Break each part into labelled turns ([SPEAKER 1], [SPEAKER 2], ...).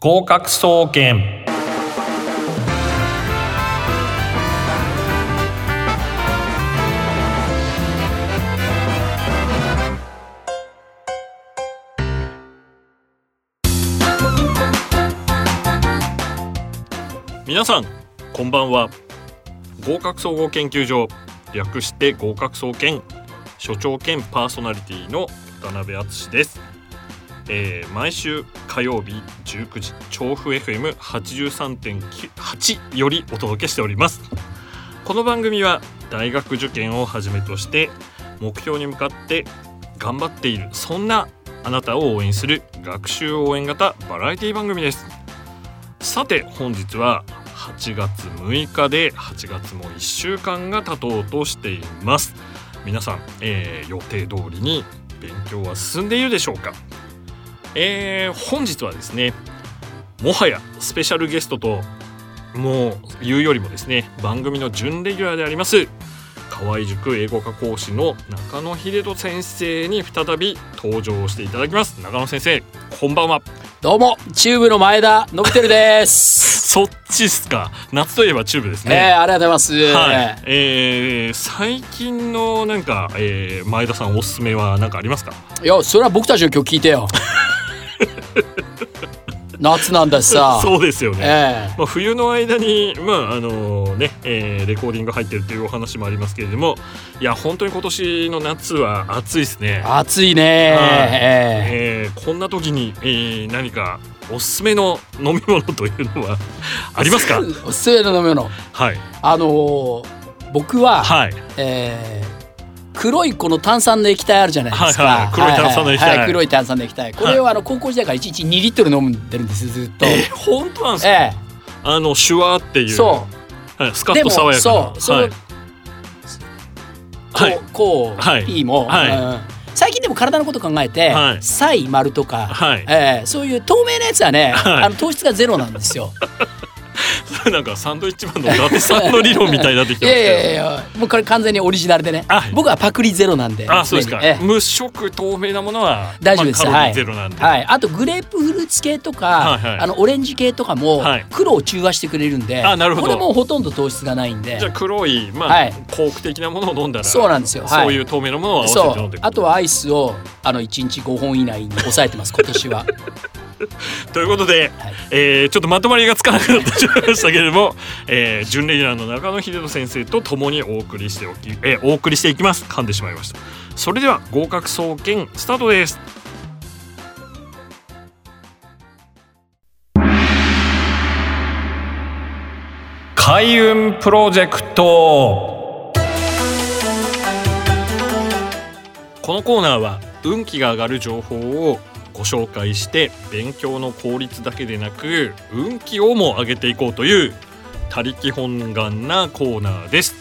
[SPEAKER 1] 合格総研皆さんこんばんは合格総合研究所略して合格総研所長兼パーソナリティの渡辺敦です、えー毎週火曜日19時調布 FM83.8 よりお届けしておりますこの番組は大学受験をはじめとして目標に向かって頑張っているそんなあなたを応援する学習応援型バラエティ番組ですさて本日は8月6日で8月も1週間が経とうとしています皆さん、えー予定通りに勉強は進んでいるでしょうかえー本日はですねもはやスペシャルゲストともう言うよりもですね番組の準レギュラーであります河合塾英語科講師の中野秀人先生に再び登場していただきます中野先生こんばんは
[SPEAKER 2] どうもチューブの前田伸びてるです。
[SPEAKER 1] そっちっすか夏 といえばチューブです
[SPEAKER 2] え
[SPEAKER 1] ね、
[SPEAKER 2] ー、ありがとうございます。
[SPEAKER 1] はい、えー、最近のなんか、えー、前田さんおすすめは何かありますか
[SPEAKER 2] い、やそれは僕たちの曲聞い てよ。夏なんだしさ。
[SPEAKER 1] そうですよね、
[SPEAKER 2] え
[SPEAKER 1] まあ、冬の間に、まああのねえーレコーディング入ってるというお話もありますけれどもいや本当に今年の夏は暑いですね
[SPEAKER 2] え、暑い
[SPEAKER 1] はい
[SPEAKER 2] ね。え
[SPEAKER 1] えーこんな時に、えー何かおすすめの飲み物というの はありますか
[SPEAKER 2] えおすすめの飲み物。
[SPEAKER 1] はい
[SPEAKER 2] あのー僕は、
[SPEAKER 1] はい
[SPEAKER 2] えー黒いこの炭酸の液体あるじゃないですか。
[SPEAKER 1] はいはい黒い炭酸の液体
[SPEAKER 2] はいはい黒い炭酸の液体。これはあの高校時代から一日2リットル飲んでるんですよずっと。
[SPEAKER 1] えー本当なんですか、
[SPEAKER 2] え
[SPEAKER 1] あのシュワーってい
[SPEAKER 2] え
[SPEAKER 1] う
[SPEAKER 2] そう。
[SPEAKER 1] はい、スカッと爽やかな
[SPEAKER 2] でもそう
[SPEAKER 1] はいは
[SPEAKER 2] こ、
[SPEAKER 1] いう
[SPEAKER 2] こう、
[SPEAKER 1] はい
[SPEAKER 2] P も、
[SPEAKER 1] はい
[SPEAKER 2] うん最近でも体のこと考えて、
[SPEAKER 1] はい
[SPEAKER 2] サイ丸とか、
[SPEAKER 1] はい
[SPEAKER 2] えーそういう透明なやつはね、
[SPEAKER 1] はい
[SPEAKER 2] あの糖質がゼロなんで すよ。
[SPEAKER 1] なんかサンドイッチマンの伊達さんの理論みたいになってき
[SPEAKER 2] い
[SPEAKER 1] てま
[SPEAKER 2] や
[SPEAKER 1] す
[SPEAKER 2] いやい
[SPEAKER 1] け
[SPEAKER 2] やいや、もうこれ完全にオリジナルでね
[SPEAKER 1] あ、
[SPEAKER 2] 僕はパクリゼロなんで、
[SPEAKER 1] ど。あ、そうですか
[SPEAKER 2] 常に。ええ
[SPEAKER 1] 無色透明なものは
[SPEAKER 2] 大丈夫です
[SPEAKER 1] まあカロ
[SPEAKER 2] は
[SPEAKER 1] リー
[SPEAKER 2] い
[SPEAKER 1] ゼロなんで。
[SPEAKER 2] はい、あとグレープフルーツ系とか、
[SPEAKER 1] はいはい
[SPEAKER 2] あのオレンジ系とかも
[SPEAKER 1] はい
[SPEAKER 2] 黒を中和してくれるんで、
[SPEAKER 1] あなるほど
[SPEAKER 2] これもうほとんど糖質がないんで
[SPEAKER 1] じゃあ黒いまあ、
[SPEAKER 2] はい
[SPEAKER 1] コーク的なものを飲んだら、
[SPEAKER 2] そうなんですよはい
[SPEAKER 1] そういう透明なものを合わせ
[SPEAKER 2] そ
[SPEAKER 1] て飲ん
[SPEAKER 2] う
[SPEAKER 1] でいく
[SPEAKER 2] あとはアイスをあの1日5本以内に抑えてます今年 は。
[SPEAKER 1] ということで、
[SPEAKER 2] はい
[SPEAKER 1] えーちょっとまとまりがつかなくなってしまいましたけれども、えー、準レギュラーの中野秀人先生と共にお送りしておき、えーお送りしていきます噛んでしまいましたそれでは合格総研スタートです開運プロジェクトこのコーナーは運気が上がる情報をご紹介して勉強の効率だけでなく運気をも上げていこうという他力本願なコーナーです。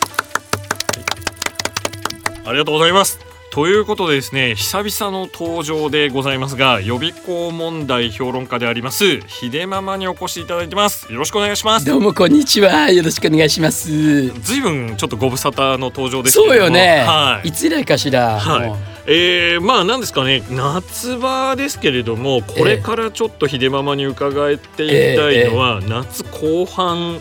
[SPEAKER 1] ありがとうございます。ということでですね久々の登場でございますが予備校問題評論家であります秀ママにお越しいただいてますよろしくお願いします
[SPEAKER 2] どうもこんにちは。よろしくお願いします。
[SPEAKER 1] ずいぶんちょっとご無沙汰の登場ですけれども
[SPEAKER 2] そうよね。
[SPEAKER 1] はい
[SPEAKER 2] い、つ以来かしら。
[SPEAKER 1] はい
[SPEAKER 2] もう
[SPEAKER 1] えー、まあなんですかね夏場ですけれどもこれからちょっと秀ママに伺っていきたいのは夏後半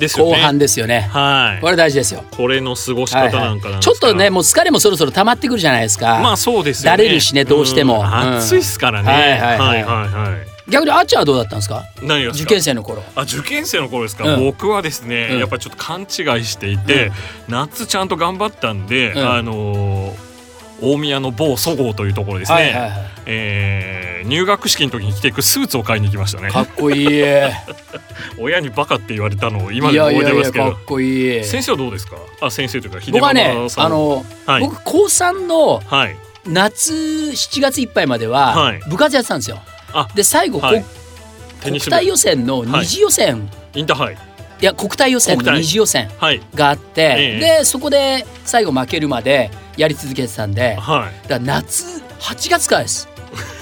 [SPEAKER 1] ですよね。
[SPEAKER 2] 後半ですよね。
[SPEAKER 1] はい
[SPEAKER 2] これ大事ですよ。
[SPEAKER 1] これの過ごし方なんかなんですが
[SPEAKER 2] ちょっとね、もう疲れもそろそろ溜まってくるじゃないですか。
[SPEAKER 1] まあそうですよね
[SPEAKER 2] だれるしねどうしても
[SPEAKER 1] ん
[SPEAKER 2] うん
[SPEAKER 1] 暑いっすからね、
[SPEAKER 2] はいはい
[SPEAKER 1] は
[SPEAKER 2] はい
[SPEAKER 1] は
[SPEAKER 2] い
[SPEAKER 1] いはい
[SPEAKER 2] 逆にあっちゃんはどうだったんですか。
[SPEAKER 1] 何がです
[SPEAKER 2] 受
[SPEAKER 1] か
[SPEAKER 2] 験生の頃。
[SPEAKER 1] あ受験生の頃ですか、
[SPEAKER 2] うん
[SPEAKER 1] 僕はですね、
[SPEAKER 2] うん
[SPEAKER 1] やっぱちょっと勘違いしていて、
[SPEAKER 2] うん
[SPEAKER 1] 夏ちゃんと頑張ったんで、
[SPEAKER 2] うん
[SPEAKER 1] あのー大宮の某そごうというところですね、
[SPEAKER 2] はいはいは
[SPEAKER 1] えー入学式の時に着ていくスーツを買いに行きましたね
[SPEAKER 2] い。かっこいい。いや
[SPEAKER 1] 親にバカって言われたのを今
[SPEAKER 2] い
[SPEAKER 1] でも
[SPEAKER 2] や
[SPEAKER 1] 覚えて
[SPEAKER 2] い
[SPEAKER 1] ます
[SPEAKER 2] や
[SPEAKER 1] けど
[SPEAKER 2] かっこいい。
[SPEAKER 1] 先生はどうですかあ先生というか秀
[SPEAKER 2] 僕はね
[SPEAKER 1] 山、さん
[SPEAKER 2] あの、
[SPEAKER 1] はい、
[SPEAKER 2] 僕高三の
[SPEAKER 1] はい、
[SPEAKER 2] 夏7月いっぱいまで
[SPEAKER 1] は
[SPEAKER 2] はい部活やってたんですよ
[SPEAKER 1] あ。
[SPEAKER 2] で最後、
[SPEAKER 1] はい
[SPEAKER 2] こ
[SPEAKER 1] テニ
[SPEAKER 2] 国
[SPEAKER 1] ス部
[SPEAKER 2] 体予選の二次予選、い、
[SPEAKER 1] インターハイ
[SPEAKER 2] や国体予選
[SPEAKER 1] 国
[SPEAKER 2] の
[SPEAKER 1] 体
[SPEAKER 2] 二次予選。
[SPEAKER 1] はい
[SPEAKER 2] があって、
[SPEAKER 1] え
[SPEAKER 2] でそこで最後負けるまでやり続けてたんで
[SPEAKER 1] は
[SPEAKER 2] だから夏8月からです。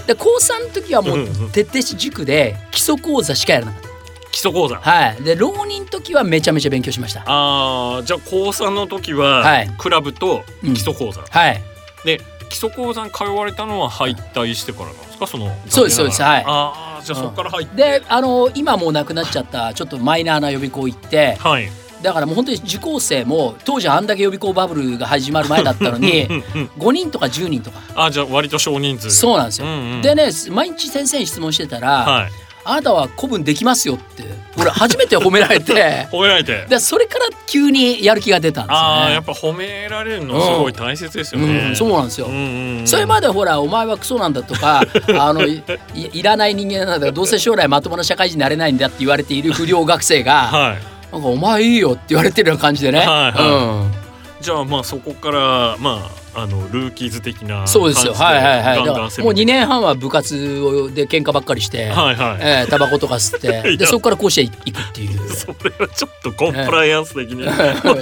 [SPEAKER 2] で高3の時はも
[SPEAKER 1] うんうん
[SPEAKER 2] う徹底して塾で基礎講座しかやらなかっ
[SPEAKER 1] い基礎講座
[SPEAKER 2] た。はい、で浪人の時はめちゃめちゃ勉強しました。
[SPEAKER 1] あーじゃあ高3の時は、
[SPEAKER 2] はい
[SPEAKER 1] クラブと
[SPEAKER 2] うん
[SPEAKER 1] 基礎講座、
[SPEAKER 2] はい、
[SPEAKER 1] で基礎講座に通われたのは敗退してからなんですかその
[SPEAKER 2] そうですそうですはい
[SPEAKER 1] あーじゃあそこから入って
[SPEAKER 2] であの今もう亡くなっちゃったちょっとマイナーな予備校行って
[SPEAKER 1] はい
[SPEAKER 2] だからもう本当に受講生も当時あんだけ予備校バブルが始まる前だったのに
[SPEAKER 1] うんうん
[SPEAKER 2] 5人とか10人とか
[SPEAKER 1] あじゃあ割と少人数
[SPEAKER 2] そうなんですよ。
[SPEAKER 1] んうん
[SPEAKER 2] でね毎日先生に質問してたら、
[SPEAKER 1] はい
[SPEAKER 2] あなたは古文できますよって俺初めて褒められ て
[SPEAKER 1] 褒められて
[SPEAKER 2] でそれから急にやる気が出たんです
[SPEAKER 1] ああや
[SPEAKER 2] よ
[SPEAKER 1] っ
[SPEAKER 2] ね。
[SPEAKER 1] ぱ褒められるのすごい大切ですよね、
[SPEAKER 2] うん、そうなんですよ、
[SPEAKER 1] んうん
[SPEAKER 2] それまでほらお前はクソなんだと かあのいいらない人間なんだからどうせ将来まともな社会人になれないんだって言われている不良学生が
[SPEAKER 1] はい
[SPEAKER 2] 「なんかお前いいよ」って言われてるような感じでね、
[SPEAKER 1] はいは
[SPEAKER 2] うん
[SPEAKER 1] じゃあまあそこからまああのルーキーズ的な
[SPEAKER 2] そうですよ
[SPEAKER 1] 感
[SPEAKER 2] はい
[SPEAKER 1] じで
[SPEAKER 2] はいはい
[SPEAKER 1] ガン
[SPEAKER 2] だ
[SPEAKER 1] ガ
[SPEAKER 2] から
[SPEAKER 1] ン
[SPEAKER 2] もう
[SPEAKER 1] 攻めて
[SPEAKER 2] 2年半は部活をで喧嘩ばっかりして、
[SPEAKER 1] はいはい、
[SPEAKER 2] えータバコとか吸って
[SPEAKER 1] いや
[SPEAKER 2] でそこから甲子園行くっていう
[SPEAKER 1] それはちょっとコンプライアンス的に、 ちょっ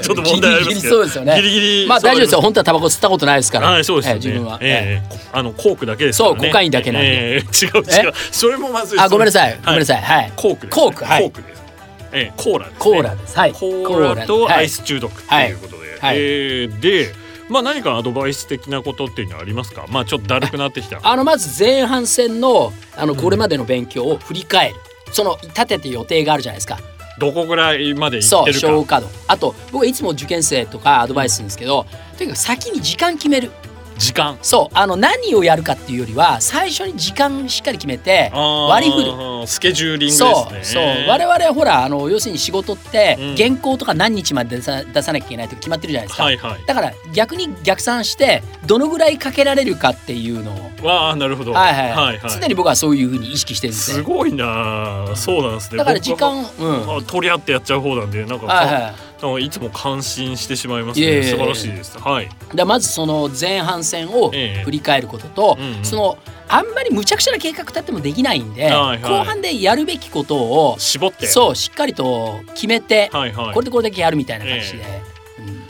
[SPEAKER 1] と問題あります
[SPEAKER 2] ギリギリ
[SPEAKER 1] け
[SPEAKER 2] そ
[SPEAKER 1] ど
[SPEAKER 2] うですよね
[SPEAKER 1] ギリギリ
[SPEAKER 2] まあ大丈夫ですよ
[SPEAKER 1] そう
[SPEAKER 2] 本当はタバコ吸ったことないですから、
[SPEAKER 1] はいそうですよね、
[SPEAKER 2] えー自分は、
[SPEAKER 1] ええあのコークだけですからね
[SPEAKER 2] そうコカインだけなんで
[SPEAKER 1] ええ違う違うそれもまずい
[SPEAKER 2] あごめんなさい
[SPEAKER 1] い
[SPEAKER 2] ごめんなさいはい、
[SPEAKER 1] コークです、
[SPEAKER 2] コークはい
[SPEAKER 1] コークです、ええコーラです、ね、
[SPEAKER 2] コーラですはい
[SPEAKER 1] コーラと
[SPEAKER 2] は
[SPEAKER 1] ア
[SPEAKER 2] い
[SPEAKER 1] イス中毒と
[SPEAKER 2] はい
[SPEAKER 1] いうことで、
[SPEAKER 2] はい
[SPEAKER 1] えーで、まあ、何かアドバイス的なことっていうのはありますかまあちょっとだるくなってきた
[SPEAKER 2] あのまず前半戦のあのこれまでの勉強を振り返る、その立てて予定があるじゃないですか
[SPEAKER 1] どこぐらいまでいっ
[SPEAKER 2] そ
[SPEAKER 1] て
[SPEAKER 2] う
[SPEAKER 1] る
[SPEAKER 2] 消
[SPEAKER 1] か
[SPEAKER 2] 化度あと僕はいつも受験生とかアドバイスするんですけど、とにかく先に時間決める
[SPEAKER 1] 時間
[SPEAKER 2] そうあの何をやるかっていうよりは最初に時間しっかり決めて
[SPEAKER 1] あー
[SPEAKER 2] 割り振る。
[SPEAKER 1] スケジューリング
[SPEAKER 2] そ
[SPEAKER 1] で
[SPEAKER 2] う
[SPEAKER 1] す
[SPEAKER 2] そう
[SPEAKER 1] ね
[SPEAKER 2] 我々はほらあの要するに仕事って
[SPEAKER 1] うん
[SPEAKER 2] 原稿とか何日まで出さ出さなきゃいけないとか決まってるじゃないですか、
[SPEAKER 1] はいはい
[SPEAKER 2] だから逆に逆算してどのぐらいかけられるかっていうのを、
[SPEAKER 1] わあなるほど
[SPEAKER 2] はいはい
[SPEAKER 1] はい
[SPEAKER 2] 常に僕はそういうふうに意識してるんですすね
[SPEAKER 1] ごいなあそうなんですね
[SPEAKER 2] だから時
[SPEAKER 1] 僕
[SPEAKER 2] 間
[SPEAKER 1] は
[SPEAKER 2] うん
[SPEAKER 1] あ取り合ってやっちゃう方なんでなんか、
[SPEAKER 2] はい
[SPEAKER 1] か
[SPEAKER 2] は
[SPEAKER 1] なんかいつも感心してしまいます
[SPEAKER 2] いえいえ
[SPEAKER 1] ね
[SPEAKER 2] いえ
[SPEAKER 1] 素晴らしいですはい
[SPEAKER 2] い、でまずその前半戦を
[SPEAKER 1] ええ
[SPEAKER 2] 振り返ることと、
[SPEAKER 1] うんうん
[SPEAKER 2] そのあんまり無茶苦茶な計画立ってもできないんで、
[SPEAKER 1] はいはい
[SPEAKER 2] 後半でやるべきことを
[SPEAKER 1] 絞って
[SPEAKER 2] そうしっかりと決めて、
[SPEAKER 1] はいはい
[SPEAKER 2] これでこれだけやるみたいな感じで、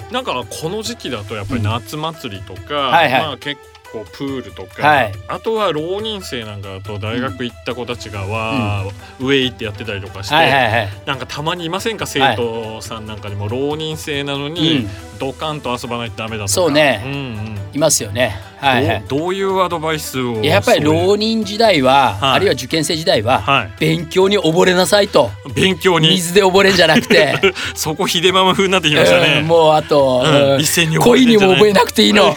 [SPEAKER 2] うん
[SPEAKER 1] なんかこの時期だとやっぱり夏祭りとか、
[SPEAKER 2] んはいはい
[SPEAKER 1] まあ結構プールとか、
[SPEAKER 2] はい
[SPEAKER 1] あとは浪人生なんかだと大学行った子たちがわー、上行ってやってたりとかして、
[SPEAKER 2] はいはいはい、
[SPEAKER 1] なんかたまにいませんか生徒さんなんかでも浪人生なのにドカンと遊ばないとダメだとか
[SPEAKER 2] そうね
[SPEAKER 1] んうん
[SPEAKER 2] いますよね。はいはい
[SPEAKER 1] どうどういうアドバイスを
[SPEAKER 2] いややっぱり
[SPEAKER 1] そういう
[SPEAKER 2] 浪人時代は、
[SPEAKER 1] はい
[SPEAKER 2] あるいは受験生時代は、
[SPEAKER 1] は
[SPEAKER 2] 勉強に溺れなさいと
[SPEAKER 1] い勉強に
[SPEAKER 2] 水で溺れんじゃなく て、
[SPEAKER 1] そこひでまま風になってきましたね、
[SPEAKER 2] うんもうあと、
[SPEAKER 1] うん
[SPEAKER 2] うん
[SPEAKER 1] 一斉に覚えて
[SPEAKER 2] 恋
[SPEAKER 1] ん
[SPEAKER 2] に
[SPEAKER 1] じゃ
[SPEAKER 2] も
[SPEAKER 1] ない
[SPEAKER 2] 覚えなくていいの、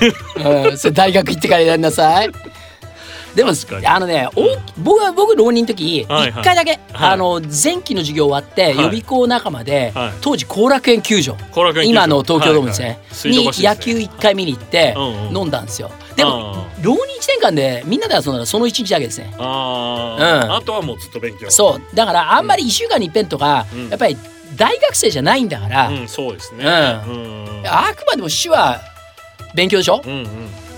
[SPEAKER 2] うん、それ大学行ってからやりなさい。でも
[SPEAKER 1] 確かに
[SPEAKER 2] あのね、お僕は僕浪人の時一、
[SPEAKER 1] はいはい
[SPEAKER 2] 回だけ、
[SPEAKER 1] はい
[SPEAKER 2] あの前期の授業終わって、
[SPEAKER 1] い
[SPEAKER 2] 予備校仲間で、
[SPEAKER 1] はい
[SPEAKER 2] 当時後楽園球場
[SPEAKER 1] 後楽園球場
[SPEAKER 2] 今の東京ドームですね、
[SPEAKER 1] はいはい水道橋です
[SPEAKER 2] に
[SPEAKER 1] ね
[SPEAKER 2] 野球一回見に行って、
[SPEAKER 1] うんうん
[SPEAKER 2] 飲んだんですよ。でも
[SPEAKER 1] あ
[SPEAKER 2] 浪人1年間でみんなで遊んだらその1日だけですね。
[SPEAKER 1] あー、
[SPEAKER 2] うん
[SPEAKER 1] あとはもうずっと勉強
[SPEAKER 2] そうだからあんまり1週間に一遍とか、
[SPEAKER 1] うん
[SPEAKER 2] やっぱり大学生じゃないんだから、
[SPEAKER 1] うん、そうですね。
[SPEAKER 2] うん
[SPEAKER 1] うん
[SPEAKER 2] あくまでも手話勉強でしょ、
[SPEAKER 1] うんうん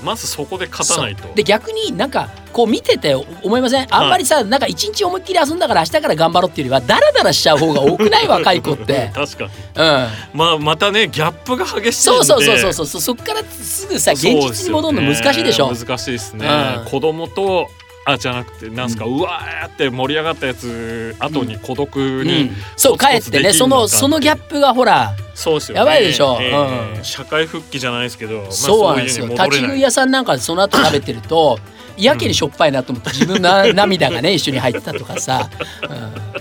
[SPEAKER 1] まずそこで勝たないと
[SPEAKER 2] そう。で逆になんかこう見てて思いませんあんまりさ、なんか一日思いっきり遊んだから明日から頑張ろうっていうよりはダラダラしちゃう方が多くない 若い子って。
[SPEAKER 1] 確かに。
[SPEAKER 2] うん、
[SPEAKER 1] まあまたねギャップが激しいんで。
[SPEAKER 2] そうそうそうそうそうそっからすぐさ現
[SPEAKER 1] そうです
[SPEAKER 2] 実に戻るの難しいでしょ
[SPEAKER 1] よね難しいですね。
[SPEAKER 2] うん
[SPEAKER 1] 子供とあじゃなくてなんすか、うわーって盛り上がったやつ後に孤独に、
[SPEAKER 2] うん、そう
[SPEAKER 1] コツ
[SPEAKER 2] 帰
[SPEAKER 1] コ
[SPEAKER 2] っ
[SPEAKER 1] ツ
[SPEAKER 2] て
[SPEAKER 1] で
[SPEAKER 2] ね
[SPEAKER 1] きん
[SPEAKER 2] そ
[SPEAKER 1] のか
[SPEAKER 2] のそのギャップがほら
[SPEAKER 1] そうですよね。
[SPEAKER 2] やばいでしょ
[SPEAKER 1] ええ
[SPEAKER 2] うん
[SPEAKER 1] 社会復帰じゃないですけど、まあ
[SPEAKER 2] そうなんですよ
[SPEAKER 1] そういうの
[SPEAKER 2] 立
[SPEAKER 1] に戻
[SPEAKER 2] ち食
[SPEAKER 1] れ
[SPEAKER 2] い
[SPEAKER 1] ない。
[SPEAKER 2] 屋さんなんかその後食べてる とやけにしょっぱいなと思って自分の涙がね一緒に入ってたとかさ、う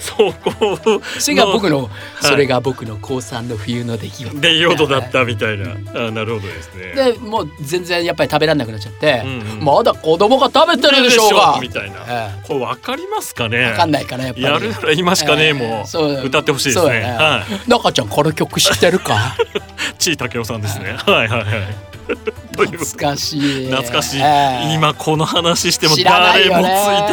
[SPEAKER 1] そこを
[SPEAKER 2] ん、それが僕の
[SPEAKER 1] い
[SPEAKER 2] それが僕の高3の冬の出来 事
[SPEAKER 1] で用途だったみたい な。あなるほどですね。
[SPEAKER 2] でもう全然やっぱり食べられなくなっちゃって、
[SPEAKER 1] うんうん
[SPEAKER 2] まだ子供が食べてるでしょうが
[SPEAKER 1] みたいな。
[SPEAKER 2] え
[SPEAKER 1] これわかりますかね。
[SPEAKER 2] えわかんないかなやっぱり
[SPEAKER 1] やるなら今しかねえも
[SPEAKER 2] えーそうだ
[SPEAKER 1] う歌ってほしいです
[SPEAKER 2] そう
[SPEAKER 1] ね。
[SPEAKER 2] だね
[SPEAKER 1] は
[SPEAKER 2] 中ちゃんこの曲知ってるか
[SPEAKER 1] い、ちいたけおさんですね。はいはいはい。という
[SPEAKER 2] 懐かしい
[SPEAKER 1] 懐かしい
[SPEAKER 2] ええ。
[SPEAKER 1] 今この話しても
[SPEAKER 2] 知らない
[SPEAKER 1] 誰
[SPEAKER 2] よ
[SPEAKER 1] も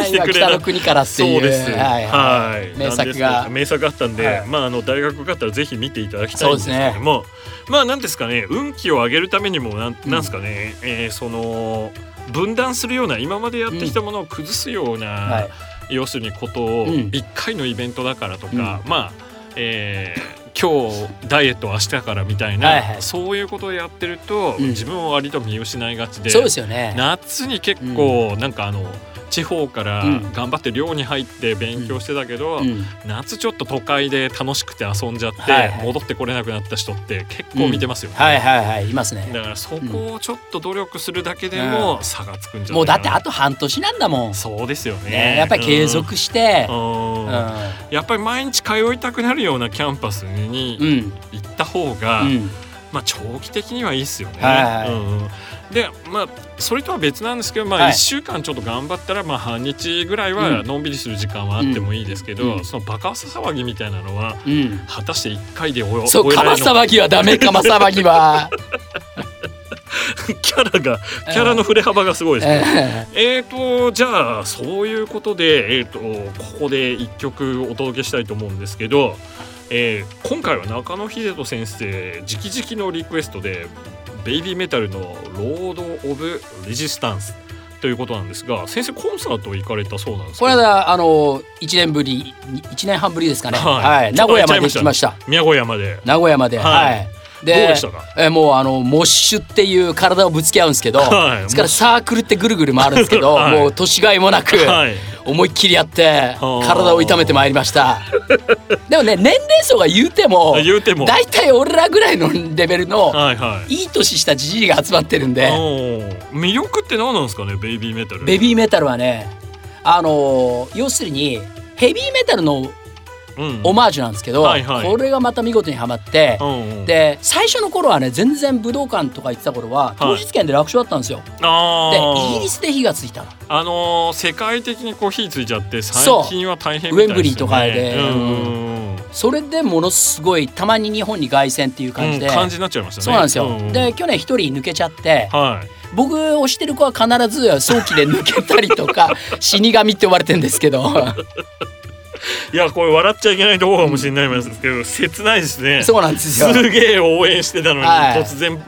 [SPEAKER 1] つ
[SPEAKER 2] ね
[SPEAKER 1] いてきてくれな
[SPEAKER 2] 今北
[SPEAKER 1] い
[SPEAKER 2] の。国からって
[SPEAKER 1] そ
[SPEAKER 2] いう
[SPEAKER 1] うです。
[SPEAKER 2] はい
[SPEAKER 1] は。
[SPEAKER 2] はいい、名作
[SPEAKER 1] なんです
[SPEAKER 2] が
[SPEAKER 1] ど名作あったんで、
[SPEAKER 2] はい
[SPEAKER 1] まああの大学があったらぜひ見ていただきたいんですけれども、まあなんですかね、運気を上げるためにもなん
[SPEAKER 2] うん
[SPEAKER 1] なんですかね、えーその分断するような今までやってきたものを崩すような、
[SPEAKER 2] はい
[SPEAKER 1] 要するにことを
[SPEAKER 2] うん
[SPEAKER 1] 1回のイベントだからとか、まあ、えー今日ダイエット明日からみたいな、
[SPEAKER 2] はいはい
[SPEAKER 1] そういうことをやってると、
[SPEAKER 2] うん
[SPEAKER 1] 自分を割と見失いがちで
[SPEAKER 2] そうですよね
[SPEAKER 1] 夏に結構なんかあの地方から
[SPEAKER 2] うん
[SPEAKER 1] 頑張って寮に入って勉強してたけど、
[SPEAKER 2] うん
[SPEAKER 1] 夏ちょっと都会で楽しくて遊んじゃって、
[SPEAKER 2] はいはい
[SPEAKER 1] 戻ってこれなくなった人って結構見てますよ、
[SPEAKER 2] はいはいはいいますね
[SPEAKER 1] だからそこをちょっと努力するだけでも差がつくんじゃな
[SPEAKER 2] も
[SPEAKER 1] いうか
[SPEAKER 2] だ
[SPEAKER 1] な
[SPEAKER 2] ってあと半年なんだもん、
[SPEAKER 1] そうですよね
[SPEAKER 2] ね、やっぱり継続して
[SPEAKER 1] う、ん、
[SPEAKER 2] うん
[SPEAKER 1] うんやっぱり毎日通いたくなるようなキャンパスに
[SPEAKER 2] うん
[SPEAKER 1] 行った方が、
[SPEAKER 2] うん
[SPEAKER 1] まあ長期的にはいいですよね。
[SPEAKER 2] はいはい
[SPEAKER 1] うんうんでまあそれとは別なんですけど、ま
[SPEAKER 2] は
[SPEAKER 1] あ、
[SPEAKER 2] い
[SPEAKER 1] 1週間ちょっと頑張ったら、まあ、半日ぐらい
[SPEAKER 2] うん
[SPEAKER 1] はのんびりする時間はあってもいいですけど、
[SPEAKER 2] うん
[SPEAKER 1] そのバカ騒ぎみたいなのは
[SPEAKER 2] うん
[SPEAKER 1] 果たして1回で終え
[SPEAKER 2] そう
[SPEAKER 1] 終えられ
[SPEAKER 2] 釜
[SPEAKER 1] るのか
[SPEAKER 2] 騒ぎは ダメ釜騒ぎは
[SPEAKER 1] キャラがキャラの振れ幅がすごいですね。
[SPEAKER 2] え
[SPEAKER 1] えーとじゃあそういうことで、えー、とここで1曲お届けしたいと思うんですけど、えー今回は中野秀人先生直々のリクエストで「ベイビーメタルのロード・オブ・レジスタンス」ということなんですが先生コンサート行かれたそうなんで
[SPEAKER 2] ー
[SPEAKER 1] す
[SPEAKER 2] こ
[SPEAKER 1] け
[SPEAKER 2] れ
[SPEAKER 1] ど
[SPEAKER 2] はあの一年ぶり一年半ぶりですかね
[SPEAKER 1] はい
[SPEAKER 2] はい名古屋まで来ました
[SPEAKER 1] 宮古山で
[SPEAKER 2] 名古屋まで
[SPEAKER 1] は
[SPEAKER 2] はいい
[SPEAKER 1] どう
[SPEAKER 2] で
[SPEAKER 1] でしたか
[SPEAKER 2] えーもうあのモッシュっていう体をぶつけ合うんですけど、
[SPEAKER 1] はい
[SPEAKER 2] ですからサークルってぐるぐる回るんですけど、
[SPEAKER 1] はい
[SPEAKER 2] もう年がいもなく
[SPEAKER 1] はい
[SPEAKER 2] 思いっきりやって
[SPEAKER 1] はあ
[SPEAKER 2] 体を痛めてまいりました でもね年齢層が言うても
[SPEAKER 1] 言うても
[SPEAKER 2] 大体俺らぐらいのレベルの
[SPEAKER 1] はいはい
[SPEAKER 2] いい年したじじいが集まってるんで
[SPEAKER 1] おー魅力って何なんですかねベイビーメタル
[SPEAKER 2] ベビーメタルはねあのー要するにヘビーメタルの
[SPEAKER 1] うん
[SPEAKER 2] オマージュなんですけど、
[SPEAKER 1] はいはい
[SPEAKER 2] これがまた見事にはまって、
[SPEAKER 1] うんうん
[SPEAKER 2] で最初の頃はね全然武道館とか行ってた頃は当日券で楽勝だったんですよ。
[SPEAKER 1] あー
[SPEAKER 2] でイギリスで火がついたの。
[SPEAKER 1] あのー世界的にこう火ついちゃって最近は大変みたいですよね
[SPEAKER 2] ウェンブリーとかで
[SPEAKER 1] うんうんうん
[SPEAKER 2] それでものすごいたまに日本に凱旋っていう感じで、
[SPEAKER 1] うん感じになっちゃいましたね
[SPEAKER 2] そうなんですよ、
[SPEAKER 1] うん
[SPEAKER 2] で去年一人抜けちゃって
[SPEAKER 1] はい
[SPEAKER 2] 僕推してる子は必ず早期で抜けたりと か死神って呼ばれてんですけど
[SPEAKER 1] いやこれ笑っちゃいけないとこかもしれないですけど、切ないですね
[SPEAKER 2] そうなんです
[SPEAKER 1] す
[SPEAKER 2] よ。
[SPEAKER 1] げえ応援してたのに、
[SPEAKER 2] はい
[SPEAKER 1] 突然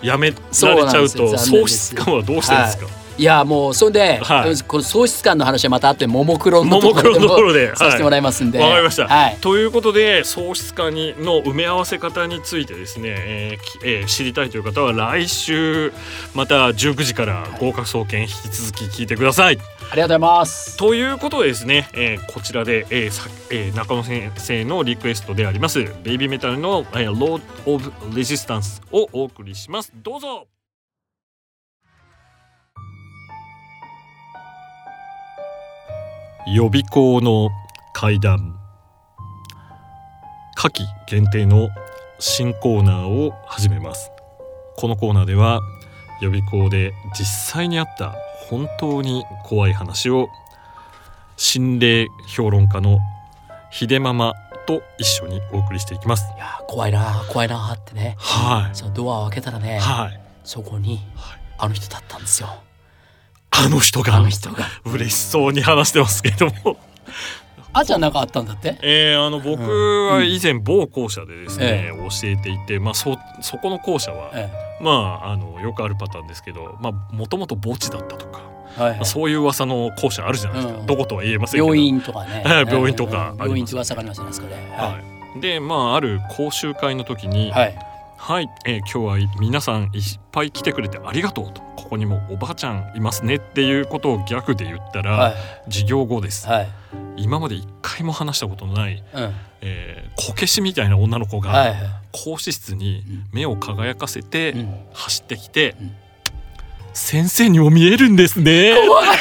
[SPEAKER 1] やめられち
[SPEAKER 2] そうな
[SPEAKER 1] ゃ
[SPEAKER 2] ん
[SPEAKER 1] う
[SPEAKER 2] ですよ
[SPEAKER 1] と
[SPEAKER 2] 残念
[SPEAKER 1] 喪
[SPEAKER 2] です
[SPEAKER 1] 失感はどうしてですか、
[SPEAKER 2] いやもうそれで、
[SPEAKER 1] はい
[SPEAKER 2] この喪失感の話はまた後でももクロの
[SPEAKER 1] も
[SPEAKER 2] と
[SPEAKER 1] も
[SPEAKER 2] こ
[SPEAKER 1] ク
[SPEAKER 2] ろ
[SPEAKER 1] ロ
[SPEAKER 2] で
[SPEAKER 1] のとこ
[SPEAKER 2] も
[SPEAKER 1] ろで
[SPEAKER 2] させて
[SPEAKER 1] はい
[SPEAKER 2] もらいますんで。
[SPEAKER 1] わかりました
[SPEAKER 2] はい。
[SPEAKER 1] ということで喪失感にの埋め合わせ方についてですね、えーきえー知りたいという方は来週また19時から合格総研引き続き聞いてください。
[SPEAKER 2] ありがとうございます。
[SPEAKER 1] ということでですね、えーこちらで、えーさえー中野先生のリクエストであります「ベイビーメタルの、えー、ロード・オブ・レジスタンス」をお送りします。どうぞ予備校の階段夏季限定の新コーナーを始めますこのコーナーでは予備校で実際にあった本当に怖い話を心霊評論家のひでママと一緒にお送りしていきます
[SPEAKER 2] いや怖いな怖いなってね。
[SPEAKER 1] は
[SPEAKER 2] そのドアを開けたら
[SPEAKER 1] い
[SPEAKER 2] ね、
[SPEAKER 1] はい
[SPEAKER 2] そこに
[SPEAKER 1] はい
[SPEAKER 2] あの人だったんですよ。
[SPEAKER 1] あの人
[SPEAKER 2] あ
[SPEAKER 1] が
[SPEAKER 2] の人が。
[SPEAKER 1] 嬉しそうに話してますけども
[SPEAKER 2] あーちゃんなんかあったんだって。
[SPEAKER 1] えー、あの僕は以前某校舎でですね、教えていて、まあ、そそこの校舎は、
[SPEAKER 2] え
[SPEAKER 1] まああのよくあるパターンですけどもともと墓地だったとか、
[SPEAKER 2] えはいは
[SPEAKER 1] ま
[SPEAKER 2] い
[SPEAKER 1] あそういう噂の校舎あるじゃないですか、
[SPEAKER 2] うん
[SPEAKER 1] どことは言えませんけど
[SPEAKER 2] 病院とかね。
[SPEAKER 1] はい病院とか
[SPEAKER 2] うん
[SPEAKER 1] あります
[SPEAKER 2] 病院って噂がありますよねそれ。は
[SPEAKER 1] はい、でまあある講習会の時に
[SPEAKER 2] い。はい。
[SPEAKER 1] はい、えー今日は皆さんいっぱい来てくれてありがとうとここにもおばあちゃんいますねっていうことをギャグで言ったら、
[SPEAKER 2] はい。
[SPEAKER 1] 授業後です、
[SPEAKER 2] はい。
[SPEAKER 1] 今まで一回も話したことのない、
[SPEAKER 2] うん。
[SPEAKER 1] えーこけしみたいな女の子
[SPEAKER 2] はい
[SPEAKER 1] が
[SPEAKER 2] は
[SPEAKER 1] 講師室に
[SPEAKER 2] うん
[SPEAKER 1] 目を輝かせ
[SPEAKER 2] い。う
[SPEAKER 1] て
[SPEAKER 2] ん
[SPEAKER 1] 走ってきて、
[SPEAKER 2] うん
[SPEAKER 1] 先生にも見えるんですね
[SPEAKER 2] 怖い。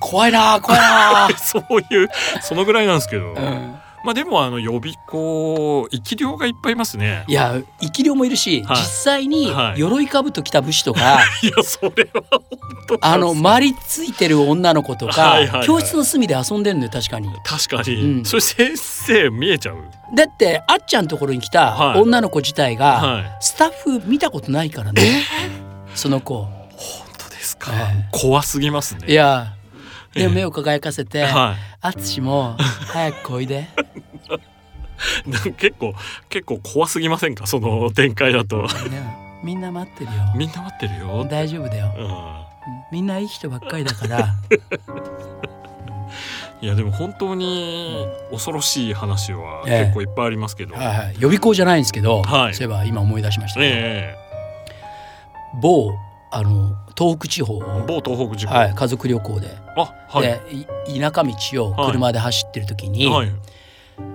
[SPEAKER 2] 怖いな怖いな
[SPEAKER 1] そういう そのぐらいなんですけど、
[SPEAKER 2] うん。
[SPEAKER 1] まあでもあの予備校生き量がいっぱいいますね
[SPEAKER 2] いや生き量もいるし、
[SPEAKER 1] はい
[SPEAKER 2] 実際に
[SPEAKER 1] はい
[SPEAKER 2] 鎧兜着た武士とか、
[SPEAKER 1] いやそれは本当
[SPEAKER 2] あの周りついてる女の子とか、
[SPEAKER 1] はいはいはい
[SPEAKER 2] 教室の隅で遊んでるのよ確かに
[SPEAKER 1] 確かに、
[SPEAKER 2] うん
[SPEAKER 1] それ先生見えちゃう
[SPEAKER 2] だってあっちゃんのところに来
[SPEAKER 1] は
[SPEAKER 2] た
[SPEAKER 1] い
[SPEAKER 2] 女の子自体が、
[SPEAKER 1] はい
[SPEAKER 2] スタッフ見たことないからねその子
[SPEAKER 1] 本当ですか、
[SPEAKER 2] ええ
[SPEAKER 1] 怖すぎますね
[SPEAKER 2] いやで
[SPEAKER 1] ええ
[SPEAKER 2] 目を輝かせて
[SPEAKER 1] は
[SPEAKER 2] 「あつしも早く来いで
[SPEAKER 1] い、 なんか結構結構怖すぎませんかその展開だと
[SPEAKER 2] ねみんな待ってる
[SPEAKER 1] みんな待ってる
[SPEAKER 2] よ
[SPEAKER 1] よ、
[SPEAKER 2] 大丈夫だ
[SPEAKER 1] う
[SPEAKER 2] よ
[SPEAKER 1] ん、
[SPEAKER 2] みんないい人ばっかりだ から」
[SPEAKER 1] いやでも本当に恐ろしい話は
[SPEAKER 2] え
[SPEAKER 1] 結
[SPEAKER 2] え
[SPEAKER 1] 構いっぱいありますけど、
[SPEAKER 2] はいはい予備校じゃないんですけど、
[SPEAKER 1] はい
[SPEAKER 2] そういえば今思い出しました、
[SPEAKER 1] え
[SPEAKER 2] 某あの東北地方を、
[SPEAKER 1] 某東北地方、
[SPEAKER 2] はい、家族旅行で,、
[SPEAKER 1] あはい
[SPEAKER 2] でい田舎道を車で走ってる時に、
[SPEAKER 1] はい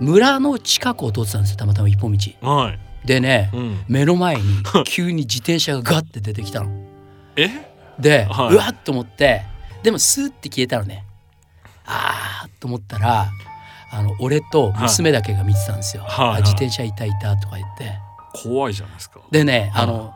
[SPEAKER 2] 村の近くを通ってたんですよたまたま一本道
[SPEAKER 1] はい
[SPEAKER 2] でね、
[SPEAKER 1] うん
[SPEAKER 2] 目の 前に急に自転車がガッて出てきたの
[SPEAKER 1] え
[SPEAKER 2] で、
[SPEAKER 1] はいう
[SPEAKER 2] わっと思ってでもスーって消えたのねあーっと思ったらあの俺と娘だけが見てたんですよ、
[SPEAKER 1] はいはい
[SPEAKER 2] あ自転車いたいたとか言って
[SPEAKER 1] 怖いじゃないですか
[SPEAKER 2] でね
[SPEAKER 1] はい
[SPEAKER 2] あの、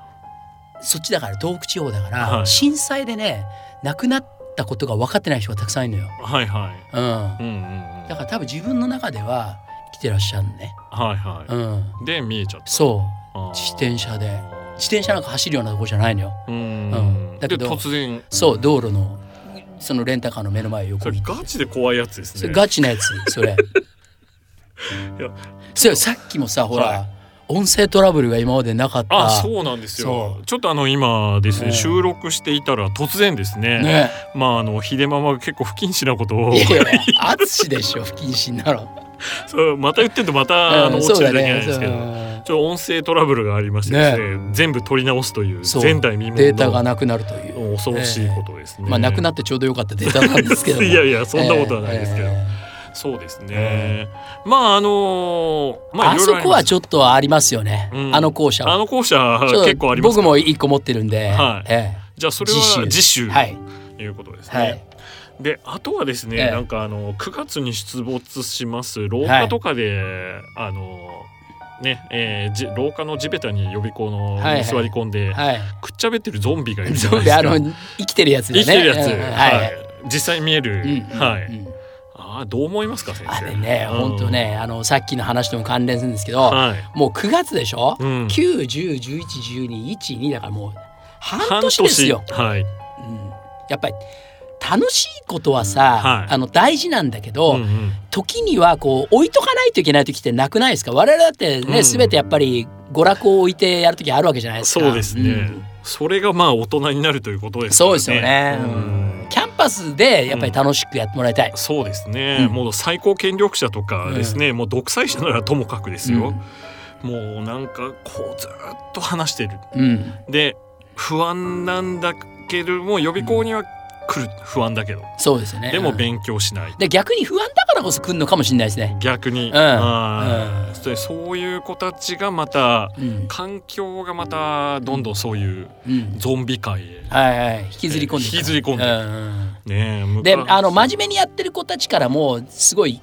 [SPEAKER 2] そっちだから東北地方だから、
[SPEAKER 1] はい
[SPEAKER 2] 震災でね亡くなったことが分かってない人がたくさんいるのよ、
[SPEAKER 1] はいはい
[SPEAKER 2] うん、だ
[SPEAKER 1] うんうんうん
[SPEAKER 2] から多分自分の中では生きてらっしゃるのね、
[SPEAKER 1] はいは
[SPEAKER 2] うん、
[SPEAKER 1] いで見えちゃった
[SPEAKER 2] そう
[SPEAKER 1] あー
[SPEAKER 2] 自転車で自転車なんか走るようなとこじゃないのよ
[SPEAKER 1] うん
[SPEAKER 2] うん
[SPEAKER 1] で
[SPEAKER 2] だけど
[SPEAKER 1] 突然
[SPEAKER 2] そう道路のそのレンタカーの目の前を
[SPEAKER 1] そ
[SPEAKER 2] 横
[SPEAKER 1] れ
[SPEAKER 2] 切って
[SPEAKER 1] ガチで怖いやつで
[SPEAKER 2] そ
[SPEAKER 1] す
[SPEAKER 2] れ
[SPEAKER 1] ね
[SPEAKER 2] ガチなやつ それ
[SPEAKER 1] いや
[SPEAKER 2] それさっきもさほら、
[SPEAKER 1] は
[SPEAKER 2] 音声トラブルが今までなかった
[SPEAKER 1] あそうなんですよ
[SPEAKER 2] そ
[SPEAKER 1] ちょっとあの今ですね、
[SPEAKER 2] うん
[SPEAKER 1] 収録していたら突然ですね
[SPEAKER 2] ね
[SPEAKER 1] まああの秀ママが結構不謹慎なことを
[SPEAKER 2] いやいや淳でしょ不謹慎なの
[SPEAKER 1] そうまた言ってんとまたあの
[SPEAKER 2] うん
[SPEAKER 1] 落ち
[SPEAKER 2] そう
[SPEAKER 1] てる
[SPEAKER 2] だ
[SPEAKER 1] だけなん
[SPEAKER 2] ね
[SPEAKER 1] ですけど、
[SPEAKER 2] そ
[SPEAKER 1] ちょっと音声トラブルがありましてですね全部取り直すという
[SPEAKER 2] そう
[SPEAKER 1] 前代未聞
[SPEAKER 2] う
[SPEAKER 1] の
[SPEAKER 2] データがなくなるという
[SPEAKER 1] 恐ろしいことですね、
[SPEAKER 2] まあなくなってちょうどよかったデータなんですけども
[SPEAKER 1] いやいやそんなことはないですけど、
[SPEAKER 2] ええ
[SPEAKER 1] そうですね、まああのーまあ
[SPEAKER 2] あそこはち
[SPEAKER 1] ょっ
[SPEAKER 2] ょっとありますよね、
[SPEAKER 1] うん
[SPEAKER 2] あの校舎は
[SPEAKER 1] あの校舎は
[SPEAKER 2] ちょっと
[SPEAKER 1] 結構あります
[SPEAKER 2] 僕も一個持ってるんで、
[SPEAKER 1] はい
[SPEAKER 2] え
[SPEAKER 1] じゃあそれは次週
[SPEAKER 2] えはい
[SPEAKER 1] ということですね、
[SPEAKER 2] はい
[SPEAKER 1] であとはですね、
[SPEAKER 2] ええ
[SPEAKER 1] なんかあの9月に出没します廊下とかで、あのねえーじ廊下の地べたに予備校の
[SPEAKER 2] はいはい
[SPEAKER 1] 座り込んで、
[SPEAKER 2] はい
[SPEAKER 1] くっちゃべってるゾンビがいるじゃ
[SPEAKER 2] ゾ
[SPEAKER 1] ない
[SPEAKER 2] ンビ
[SPEAKER 1] です
[SPEAKER 2] あ
[SPEAKER 1] か
[SPEAKER 2] の生きてるやつだ
[SPEAKER 1] 生
[SPEAKER 2] ね
[SPEAKER 1] きてるやつ、
[SPEAKER 2] うん
[SPEAKER 1] はい
[SPEAKER 2] はい
[SPEAKER 1] 実際に見える、
[SPEAKER 2] うん
[SPEAKER 1] は
[SPEAKER 2] う
[SPEAKER 1] い、
[SPEAKER 2] ん
[SPEAKER 1] ああどう思いますか先生
[SPEAKER 2] あれね
[SPEAKER 1] うん
[SPEAKER 2] 本当ねあのさっきの話とも関連するんですけど、
[SPEAKER 1] はい
[SPEAKER 2] もう9月でしょ、
[SPEAKER 1] うん
[SPEAKER 2] 910111212だからもう半年ですよ、
[SPEAKER 1] 半年はい
[SPEAKER 2] うん、やっぱり楽しいことはさ、
[SPEAKER 1] はい
[SPEAKER 2] あの大事なんだけど、
[SPEAKER 1] うんうん
[SPEAKER 2] 時にはこう置いとかないといけない時ってなくないですか我々だってね、
[SPEAKER 1] うん
[SPEAKER 2] 全てやっぱり娯楽を置いてやる時あるわけじゃないですか
[SPEAKER 1] そうですね、
[SPEAKER 2] うん
[SPEAKER 1] それがまあ大人になるということですから
[SPEAKER 2] そうですよね、
[SPEAKER 1] う
[SPEAKER 2] うんんキャンパスでやっぱり楽しくやってもらいたい、
[SPEAKER 1] そうですね、
[SPEAKER 2] うん
[SPEAKER 1] もう最高権力者とかですね、もう独裁者ならともかくですよ、もうなんかこうずっと話してる
[SPEAKER 2] うんうん
[SPEAKER 1] で不安なんだけども予備校には来る不安だけど
[SPEAKER 2] そうですよね
[SPEAKER 1] でも
[SPEAKER 2] うん
[SPEAKER 1] 勉強しない、
[SPEAKER 2] で逆に不安だからこそ来るのかもしれないですね、
[SPEAKER 1] 逆に、
[SPEAKER 2] うん
[SPEAKER 1] あー
[SPEAKER 2] うん
[SPEAKER 1] そそういう子たちがまた
[SPEAKER 2] うん
[SPEAKER 1] 環境がまたどんどんそういう
[SPEAKER 2] うん、
[SPEAKER 1] ゾンビ界へ
[SPEAKER 2] はいはい引きずり込んでいく
[SPEAKER 1] 引きずり込んでいく
[SPEAKER 2] うんうん
[SPEAKER 1] ねえ向か
[SPEAKER 2] であの真面目にやってる子たちからもうすごい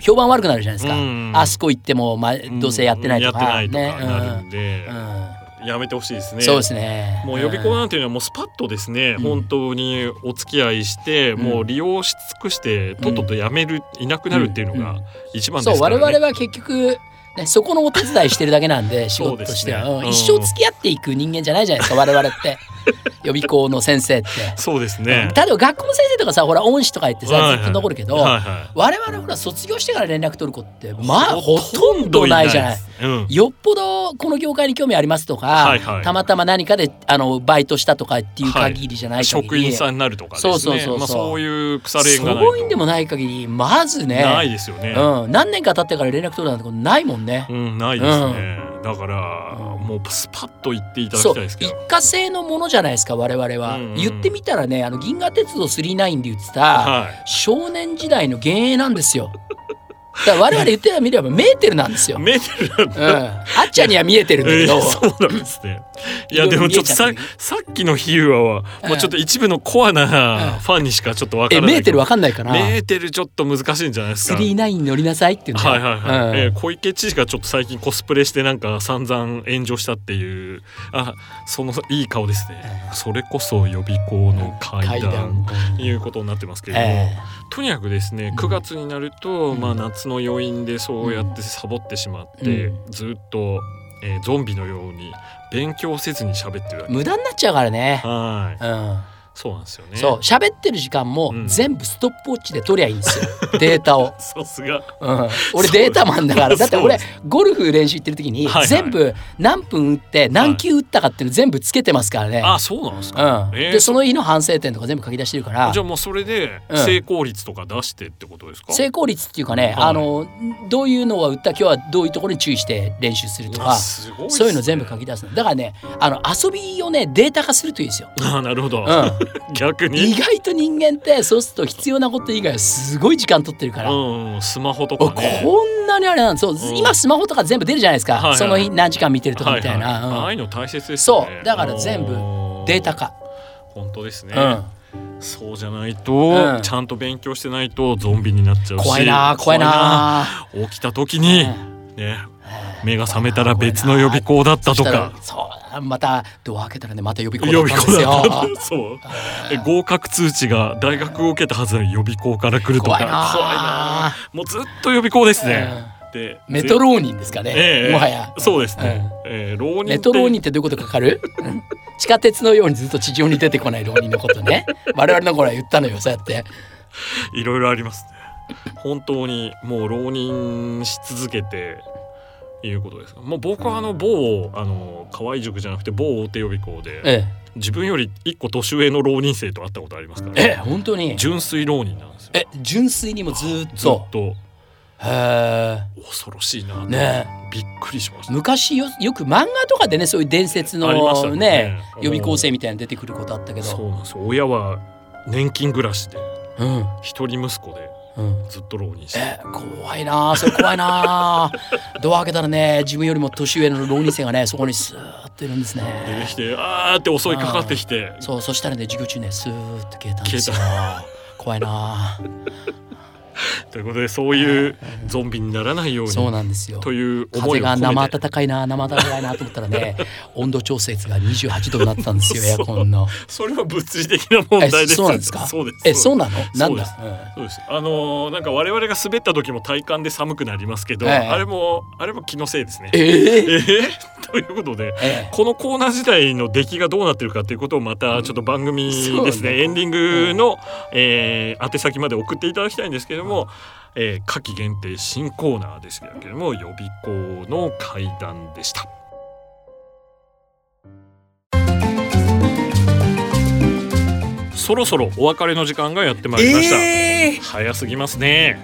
[SPEAKER 2] 評判悪くなるじゃないですか、
[SPEAKER 1] うん
[SPEAKER 2] あそこ行っても、ま、どうせやってないとか,、
[SPEAKER 1] うんやってないとかなるんで、
[SPEAKER 2] うん
[SPEAKER 1] やめてほしいです
[SPEAKER 2] うん
[SPEAKER 1] ね。
[SPEAKER 2] そうですね
[SPEAKER 1] もう予備校なんていうのはもうスパッとですね、
[SPEAKER 2] うん
[SPEAKER 1] 本当にお付き合いして、
[SPEAKER 2] うん
[SPEAKER 1] もう利用し尽くしてとっととやめる、いなくなるっていうの
[SPEAKER 2] うんう
[SPEAKER 1] が
[SPEAKER 2] ん
[SPEAKER 1] 一
[SPEAKER 2] うん
[SPEAKER 1] 番で
[SPEAKER 2] そう
[SPEAKER 1] すか
[SPEAKER 2] 我
[SPEAKER 1] らね。
[SPEAKER 2] 々は結局ね、そこのお手伝いしてるだけなん で仕
[SPEAKER 1] そう
[SPEAKER 2] 事
[SPEAKER 1] ですね
[SPEAKER 2] としては、うん
[SPEAKER 1] うん
[SPEAKER 2] 一生付き合っていく人間じゃないじゃないですか我々って 予備校の先生って、
[SPEAKER 1] そうです
[SPEAKER 2] う
[SPEAKER 1] ね
[SPEAKER 2] ん。例えば学校の先生とかさほら恩師とか言って
[SPEAKER 1] はいは
[SPEAKER 2] さ
[SPEAKER 1] い
[SPEAKER 2] ずっと残るけど、
[SPEAKER 1] はいは
[SPEAKER 2] 我々ほら卒業してから連絡取る子って
[SPEAKER 1] い。
[SPEAKER 2] まあほとんどないじゃない
[SPEAKER 1] ほ。とんどいないです。
[SPEAKER 2] よっぽどこの業界に興味ありますとか、
[SPEAKER 1] はいはい
[SPEAKER 2] たまたま何かであのバイトしたとかっていう限りじゃ
[SPEAKER 1] う。
[SPEAKER 2] なんい限り、
[SPEAKER 1] 職員さんになるとかですね。
[SPEAKER 2] そうそうそうそう
[SPEAKER 1] まあそういう腐れ
[SPEAKER 2] す
[SPEAKER 1] 縁がないと。
[SPEAKER 2] ごいんでもない限りまずね
[SPEAKER 1] ないですよね。
[SPEAKER 2] うん、何年か経ってから連絡取るなんてことないもんね。
[SPEAKER 1] うん、ないですね。だから、
[SPEAKER 2] うん
[SPEAKER 1] もうスパッと言っていただ
[SPEAKER 2] そ
[SPEAKER 1] き
[SPEAKER 2] う
[SPEAKER 1] たいですけ
[SPEAKER 2] 一
[SPEAKER 1] ど。
[SPEAKER 2] 過性のものじゃないですか我々は、
[SPEAKER 1] うんうん
[SPEAKER 2] 言ってみたらねあの銀河鉄道999で言ってた、
[SPEAKER 1] はい。
[SPEAKER 2] 少年時代の幻影なんですよだから我々言ってみればメーテルなんですよ、う ん、
[SPEAKER 1] メーテルなんだ
[SPEAKER 2] あっちゃんには見えてるんだ
[SPEAKER 1] え
[SPEAKER 2] け
[SPEAKER 1] ー
[SPEAKER 2] ど、
[SPEAKER 1] そうなんですね。いや
[SPEAKER 2] いろ
[SPEAKER 1] で
[SPEAKER 2] いろ
[SPEAKER 1] も
[SPEAKER 2] 見
[SPEAKER 1] ちょ
[SPEAKER 2] え
[SPEAKER 1] っ
[SPEAKER 2] ち
[SPEAKER 1] と
[SPEAKER 2] ゃって
[SPEAKER 1] さ
[SPEAKER 2] る
[SPEAKER 1] さっきの比喩は、
[SPEAKER 2] うん
[SPEAKER 1] まあちょっと一部のコアな
[SPEAKER 2] うん
[SPEAKER 1] ファンにしかちょっとわか
[SPEAKER 2] え
[SPEAKER 1] らない。
[SPEAKER 2] メーテルわかんないかな
[SPEAKER 1] メーテルちょっと難しいんじゃないですか。はい
[SPEAKER 2] 39に乗りなさいって言うんだ
[SPEAKER 1] はい
[SPEAKER 2] よ
[SPEAKER 1] はい、え
[SPEAKER 2] うん
[SPEAKER 1] ー小池知事がちょっと最近コスプレしてなんか散々炎上したっていうあそのいい顔ですね、それこそ予備校の階
[SPEAKER 2] 階
[SPEAKER 1] 段
[SPEAKER 2] 段
[SPEAKER 1] いうことになってますけれども、
[SPEAKER 2] え
[SPEAKER 1] とにかくですね
[SPEAKER 2] うん
[SPEAKER 1] 9月になると、
[SPEAKER 2] うん
[SPEAKER 1] まあ、夏の余韻でそうやってサボってしまって、
[SPEAKER 2] う
[SPEAKER 1] ずっと、えーゾンビのように勉強せずに喋ってるだ
[SPEAKER 2] え
[SPEAKER 1] け
[SPEAKER 2] 無駄になっちゃうからね
[SPEAKER 1] は
[SPEAKER 2] うん
[SPEAKER 1] いそうなんですよね
[SPEAKER 2] そう喋ってる時間も
[SPEAKER 1] うん
[SPEAKER 2] 全部ストップウォッチで取りゃいいんですよ、 データを。
[SPEAKER 1] さすが
[SPEAKER 2] うん、俺データマンだから
[SPEAKER 1] そ
[SPEAKER 2] だ
[SPEAKER 1] う
[SPEAKER 2] って
[SPEAKER 1] そう
[SPEAKER 2] 俺
[SPEAKER 1] で
[SPEAKER 2] ゴルフ練習行ってる時に
[SPEAKER 1] はいはい
[SPEAKER 2] 全部何分打って何球打ったかっていうの全部つけてますからね、
[SPEAKER 1] あそうなんですか
[SPEAKER 2] う
[SPEAKER 1] え
[SPEAKER 2] ん
[SPEAKER 1] ー
[SPEAKER 2] でその日の反省点とか全部書き出してるから
[SPEAKER 1] じゃあもうそれで
[SPEAKER 2] うん
[SPEAKER 1] 成功率とか出してってことですか、
[SPEAKER 2] 成功率っていうかね、
[SPEAKER 1] はい
[SPEAKER 2] あのどういうのは打った今日はどういうところに注意して練習すると
[SPEAKER 1] あ
[SPEAKER 2] か
[SPEAKER 1] すごいっすね
[SPEAKER 2] そういうの全部書き出すのだからねあの遊びをねデータ化するといいですよ、
[SPEAKER 1] あなるほど、
[SPEAKER 2] う
[SPEAKER 1] 逆
[SPEAKER 2] ん、意
[SPEAKER 1] に、
[SPEAKER 2] 外と人間ってそうすると必要なこと以外はすごい時間取ってるから、
[SPEAKER 1] うん、スマホと
[SPEAKER 2] お
[SPEAKER 1] かね
[SPEAKER 2] こんなにあれなんですそう、
[SPEAKER 1] ん
[SPEAKER 2] 今スマホとか全部出るじゃないですか、
[SPEAKER 1] はいはい
[SPEAKER 2] その日何時間見てるとかみたいな、
[SPEAKER 1] はは
[SPEAKER 2] うん
[SPEAKER 1] ああいうの大切ですね
[SPEAKER 2] そうだから全部データ
[SPEAKER 1] 化
[SPEAKER 2] 化、
[SPEAKER 1] 本当ですね、
[SPEAKER 2] う
[SPEAKER 1] そうじゃないと、
[SPEAKER 2] うん、
[SPEAKER 1] ちゃんと勉強してないとゾンビになっちゃうんし
[SPEAKER 2] 怖いな怖いな
[SPEAKER 1] 怖いな起きた時に、ね目が覚めたら別の予備校だったとか
[SPEAKER 2] そしたらそうまたドア開けたらねまた予備校
[SPEAKER 1] 予
[SPEAKER 2] だ
[SPEAKER 1] 備
[SPEAKER 2] った
[SPEAKER 1] 校
[SPEAKER 2] んですよ
[SPEAKER 1] だったんだそうえ合格通知が大学を受けたはずの予備校から来るとか
[SPEAKER 2] 怖いなー
[SPEAKER 1] もうずっと予備校ですね、で
[SPEAKER 2] メト浪人ですかね、
[SPEAKER 1] ええ
[SPEAKER 2] もはや
[SPEAKER 1] そうですね、えー浪人
[SPEAKER 2] メト浪人
[SPEAKER 1] 人
[SPEAKER 2] ってどういうことかわかるうん地下鉄のようにずっと地上に出てこない浪人のことね我々の頃は言ったのよそうやって
[SPEAKER 1] いろいろありますね本当にもう浪人し続けていうことですかもう僕はあの某あの河合塾じゃなくて某大手予備校で、
[SPEAKER 2] え
[SPEAKER 1] 自分より一個年上の浪人生と会ったことありますから、
[SPEAKER 2] えええ本当に
[SPEAKER 1] 純粋浪人なんですよ
[SPEAKER 2] え純粋にもずーっ
[SPEAKER 1] ずっ
[SPEAKER 2] と
[SPEAKER 1] と
[SPEAKER 2] へ
[SPEAKER 1] 恐ろしいな
[SPEAKER 2] え
[SPEAKER 1] って
[SPEAKER 2] ね
[SPEAKER 1] びっくりしまし
[SPEAKER 2] え
[SPEAKER 1] た
[SPEAKER 2] 昔よよく漫画とかでねそういう伝説
[SPEAKER 1] ありました
[SPEAKER 2] のね
[SPEAKER 1] ねね
[SPEAKER 2] 予備校生みたいなの出てくることあったけど
[SPEAKER 1] そうなんですよ親は年金暮らしで
[SPEAKER 2] うん
[SPEAKER 1] 一人息子で
[SPEAKER 2] うん
[SPEAKER 1] ずっと浪人して
[SPEAKER 2] え怖いなあそれ怖いなあ ドア開けたらね自分よりも年上の浪人生がねそこにスーッといるんです
[SPEAKER 1] 出て
[SPEAKER 2] ね
[SPEAKER 1] きてあーって襲いかかってきて
[SPEAKER 2] そうそしたらね授業中ねスーッと消えたんです
[SPEAKER 1] 消
[SPEAKER 2] よ
[SPEAKER 1] え
[SPEAKER 2] 怖いなあ
[SPEAKER 1] たということでそういうゾンビにならないよう
[SPEAKER 2] そう
[SPEAKER 1] に
[SPEAKER 2] なんですよ
[SPEAKER 1] という思
[SPEAKER 2] 風
[SPEAKER 1] いを
[SPEAKER 2] が
[SPEAKER 1] 込
[SPEAKER 2] 生
[SPEAKER 1] めて
[SPEAKER 2] 温かいな生温かいなと思った らね温度調節が28度になったんですよエア
[SPEAKER 1] そう
[SPEAKER 2] コンの
[SPEAKER 1] それは物理的な問題です
[SPEAKER 2] そうなんですか
[SPEAKER 1] そうです
[SPEAKER 2] えそうなのな
[SPEAKER 1] そ
[SPEAKER 2] ん
[SPEAKER 1] うで
[SPEAKER 2] だ
[SPEAKER 1] すそうですあのーなんか我々が滑った時も体感で寒くなりますけど、
[SPEAKER 2] ええ
[SPEAKER 1] あれもあれも気のせいですね。
[SPEAKER 2] え
[SPEAKER 1] え
[SPEAKER 2] え
[SPEAKER 1] え ということで
[SPEAKER 2] え
[SPEAKER 1] このコーナー自体の出来がどうなってるかということをまたちょっと番組
[SPEAKER 2] そう
[SPEAKER 1] ですね、
[SPEAKER 2] ね
[SPEAKER 1] エンディングの、えー宛先まで送っていただきたいんですけども、えー、夏季限定新コーナーですけれども予備校の会談でした。そろそろお別れの時間がやってまいりました。
[SPEAKER 2] え
[SPEAKER 1] 早すぎますね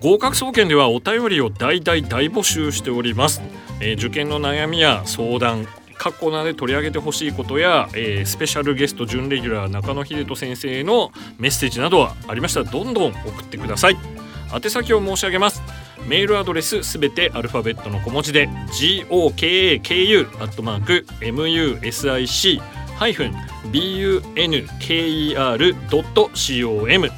[SPEAKER 1] 合格総研ではお便りを大大大募集しております、えー受験の悩みや相談各コーナーで取り上げてほしいことや、えースペシャルゲスト準レギュラー中野秀人先生へのメッセージなどはありましたらどんどん送ってください宛先を申し上げますメールアドレスすべてアルファベットの小文字で gokaku.music-bunker.com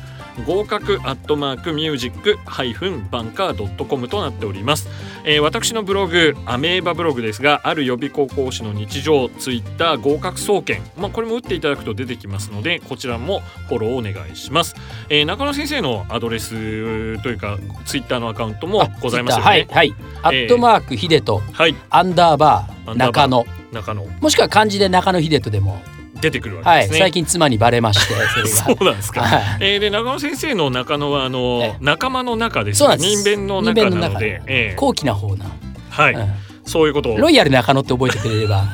[SPEAKER 1] 合格アットマークミュージックハイフンバンカードットコムとなっております、えー私のブログアメーバブログですがある予備高校講師の日常ツイッター合格総研まあこれも打っていただくと出てきますのでこちらもフォローお願いします、えー中野先生のアドレスというかツイッターのアカウントもございますよね
[SPEAKER 2] はいはい、ア
[SPEAKER 1] ええ
[SPEAKER 2] ットマークヒデと
[SPEAKER 1] はい
[SPEAKER 2] アンダーバ
[SPEAKER 1] ア
[SPEAKER 2] ー
[SPEAKER 1] ンダーバー
[SPEAKER 2] 中野
[SPEAKER 1] 中野
[SPEAKER 2] もしくは漢字で中野秀人でも、
[SPEAKER 1] 出てくるわけ
[SPEAKER 2] はい、
[SPEAKER 1] ですね、
[SPEAKER 2] 最近妻にバレまして、そ
[SPEAKER 1] そ
[SPEAKER 2] れ
[SPEAKER 1] うなんです
[SPEAKER 2] が。
[SPEAKER 1] か
[SPEAKER 2] はい
[SPEAKER 1] えー、で長野先生の中野はあの、
[SPEAKER 2] ええ
[SPEAKER 1] 仲間の中です
[SPEAKER 2] そうなんです
[SPEAKER 1] 人弁の中なので
[SPEAKER 2] 人弁の中
[SPEAKER 1] ええ
[SPEAKER 2] 高貴な方な、
[SPEAKER 1] はい、
[SPEAKER 2] う
[SPEAKER 1] そういうことを
[SPEAKER 2] んロイヤル中野って覚えてくれれば、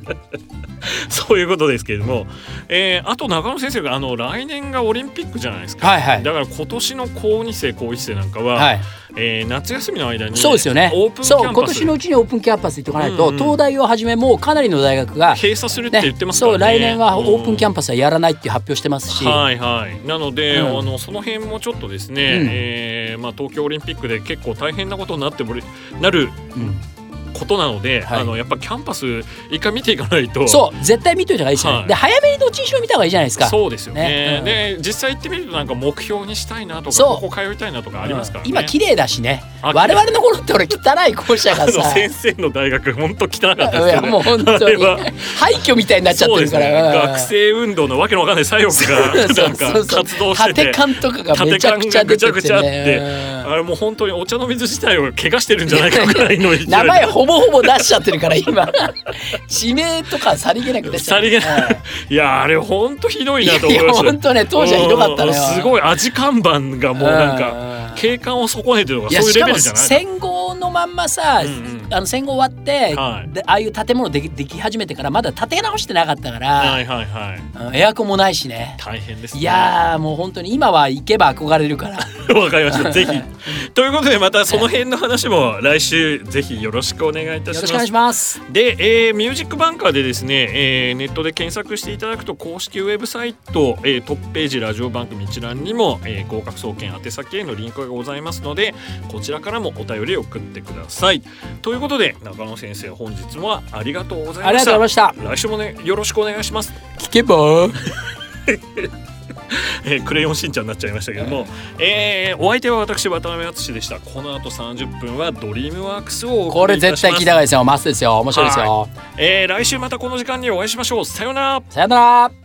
[SPEAKER 1] そういうことですけれども、えーあと中野先生があの来年がオリンピックじゃないですか、
[SPEAKER 2] はいはい
[SPEAKER 1] だから今年の高2生高1生なんかは、
[SPEAKER 2] はい、
[SPEAKER 1] えー夏休みの間に
[SPEAKER 2] そうですよね
[SPEAKER 1] オープンキ
[SPEAKER 2] そう
[SPEAKER 1] ャン
[SPEAKER 2] 今
[SPEAKER 1] パス
[SPEAKER 2] 年のうちにオープンキャンパス行っておかないと、
[SPEAKER 1] うんうん
[SPEAKER 2] 東大をはじめもうかなりの大学が、
[SPEAKER 1] 閉鎖するって言
[SPEAKER 2] ね
[SPEAKER 1] って、ますか
[SPEAKER 2] そう
[SPEAKER 1] らね
[SPEAKER 2] 来年はオープンキャン
[SPEAKER 1] パ
[SPEAKER 2] パスはやらないっていう発表してますし、
[SPEAKER 1] はいはい、なので、
[SPEAKER 2] うん
[SPEAKER 1] あのその辺もちょっとですね、
[SPEAKER 2] うん
[SPEAKER 1] えーまあ、東京オリンピックで結構大変なことになってもれなる
[SPEAKER 2] うん
[SPEAKER 1] ことなので、
[SPEAKER 2] はい
[SPEAKER 1] あのやっぱキャンパス一回見ていかないと
[SPEAKER 2] そう絶対見といた方がいいですよね、
[SPEAKER 1] はい
[SPEAKER 2] で早めにどっちにしろ見た方がいいじゃないですか。
[SPEAKER 1] そうですよね
[SPEAKER 2] ねうん
[SPEAKER 1] で実際行ってみるとなんか目標にしたいなとか
[SPEAKER 2] そう
[SPEAKER 1] ここ通いたいなとかありますからね、
[SPEAKER 2] 今綺麗だしね
[SPEAKER 1] あ
[SPEAKER 2] 我々の頃って俺汚い校舎
[SPEAKER 1] あ
[SPEAKER 2] が
[SPEAKER 1] の
[SPEAKER 2] さ
[SPEAKER 1] 先生の大学本当汚かった です
[SPEAKER 2] いや
[SPEAKER 1] よね。
[SPEAKER 2] もう本当
[SPEAKER 1] あれ
[SPEAKER 2] に
[SPEAKER 1] は
[SPEAKER 2] 廃墟みたいになっちゃっ
[SPEAKER 1] そうで
[SPEAKER 2] てる
[SPEAKER 1] す
[SPEAKER 2] から
[SPEAKER 1] ね。
[SPEAKER 2] うん
[SPEAKER 1] 学生運動のわけのわかんない左翼が
[SPEAKER 2] そう
[SPEAKER 1] なん
[SPEAKER 2] そうそう
[SPEAKER 1] か活動して
[SPEAKER 2] 縦
[SPEAKER 1] て。
[SPEAKER 2] 感とかがめちゃくちゃ
[SPEAKER 1] 縦感がぐ
[SPEAKER 2] 出てて
[SPEAKER 1] ちゃぐちゃあっ
[SPEAKER 2] ね
[SPEAKER 1] てあれもう本当にお茶の水自体を怪我してるんじゃないかぐらいの勢いで
[SPEAKER 2] 名前ほぼほぼ出しちゃってるか ら今地名とかさりげなく出しちゃ
[SPEAKER 1] さ
[SPEAKER 2] って
[SPEAKER 1] り
[SPEAKER 2] る
[SPEAKER 1] げないいやあれ本当ひどい
[SPEAKER 2] いや
[SPEAKER 1] ないと思い
[SPEAKER 2] や
[SPEAKER 1] ました
[SPEAKER 2] 本当ね当時はひどかったのよ
[SPEAKER 1] うんすごい味看板がもうなんか
[SPEAKER 2] か
[SPEAKER 1] 景観を損ねてると
[SPEAKER 2] い
[SPEAKER 1] か
[SPEAKER 2] や
[SPEAKER 1] そういう
[SPEAKER 2] し
[SPEAKER 1] レ
[SPEAKER 2] か
[SPEAKER 1] ベ
[SPEAKER 2] も
[SPEAKER 1] ルじゃない
[SPEAKER 2] 戦後のまんまさ、
[SPEAKER 1] うんうん
[SPEAKER 2] あの戦後終わって、
[SPEAKER 1] はい
[SPEAKER 2] でああいう建物できでき始めてからまだ建て直してなかったから、
[SPEAKER 1] はいはいはい
[SPEAKER 2] うんエアコンもないしね
[SPEAKER 1] 大変ですね
[SPEAKER 2] いやーもう本当に今は行けば憧れるから
[SPEAKER 1] わかりま した。ぜひ。ということで、またその辺の話も来週ぜひよろしくお願いいた
[SPEAKER 2] よ
[SPEAKER 1] し
[SPEAKER 2] ろ
[SPEAKER 1] ま
[SPEAKER 2] しくお願い
[SPEAKER 1] す
[SPEAKER 2] し。ます
[SPEAKER 1] で、えーミュージックバンカーでですね、えーネットで検索していただくと公式ウェブサイト、えートップページラジオ番組一覧にも、えー合格総研宛先へのリンクがございますのでこちらからもお便りを送ってください。ということで中野先生本日はありがとうござ
[SPEAKER 2] あ
[SPEAKER 1] い
[SPEAKER 2] り
[SPEAKER 1] ま
[SPEAKER 2] が
[SPEAKER 1] し
[SPEAKER 2] とう
[SPEAKER 1] た
[SPEAKER 2] ございま。した
[SPEAKER 1] 来週もねよろしくお願いします。
[SPEAKER 2] 聞けば
[SPEAKER 1] えークレヨンしんちゃんになっちゃいましたけども、えーお相手は私渡辺敦でしたこの後30分はドリームワークスをお
[SPEAKER 2] こ
[SPEAKER 1] 送
[SPEAKER 2] れ
[SPEAKER 1] りいた
[SPEAKER 2] 絶
[SPEAKER 1] します
[SPEAKER 2] 対聞いた方がいいですよマスですよ面白いですよ
[SPEAKER 1] えー来週またこの時間にお会いしましょうさようなら
[SPEAKER 2] さよなら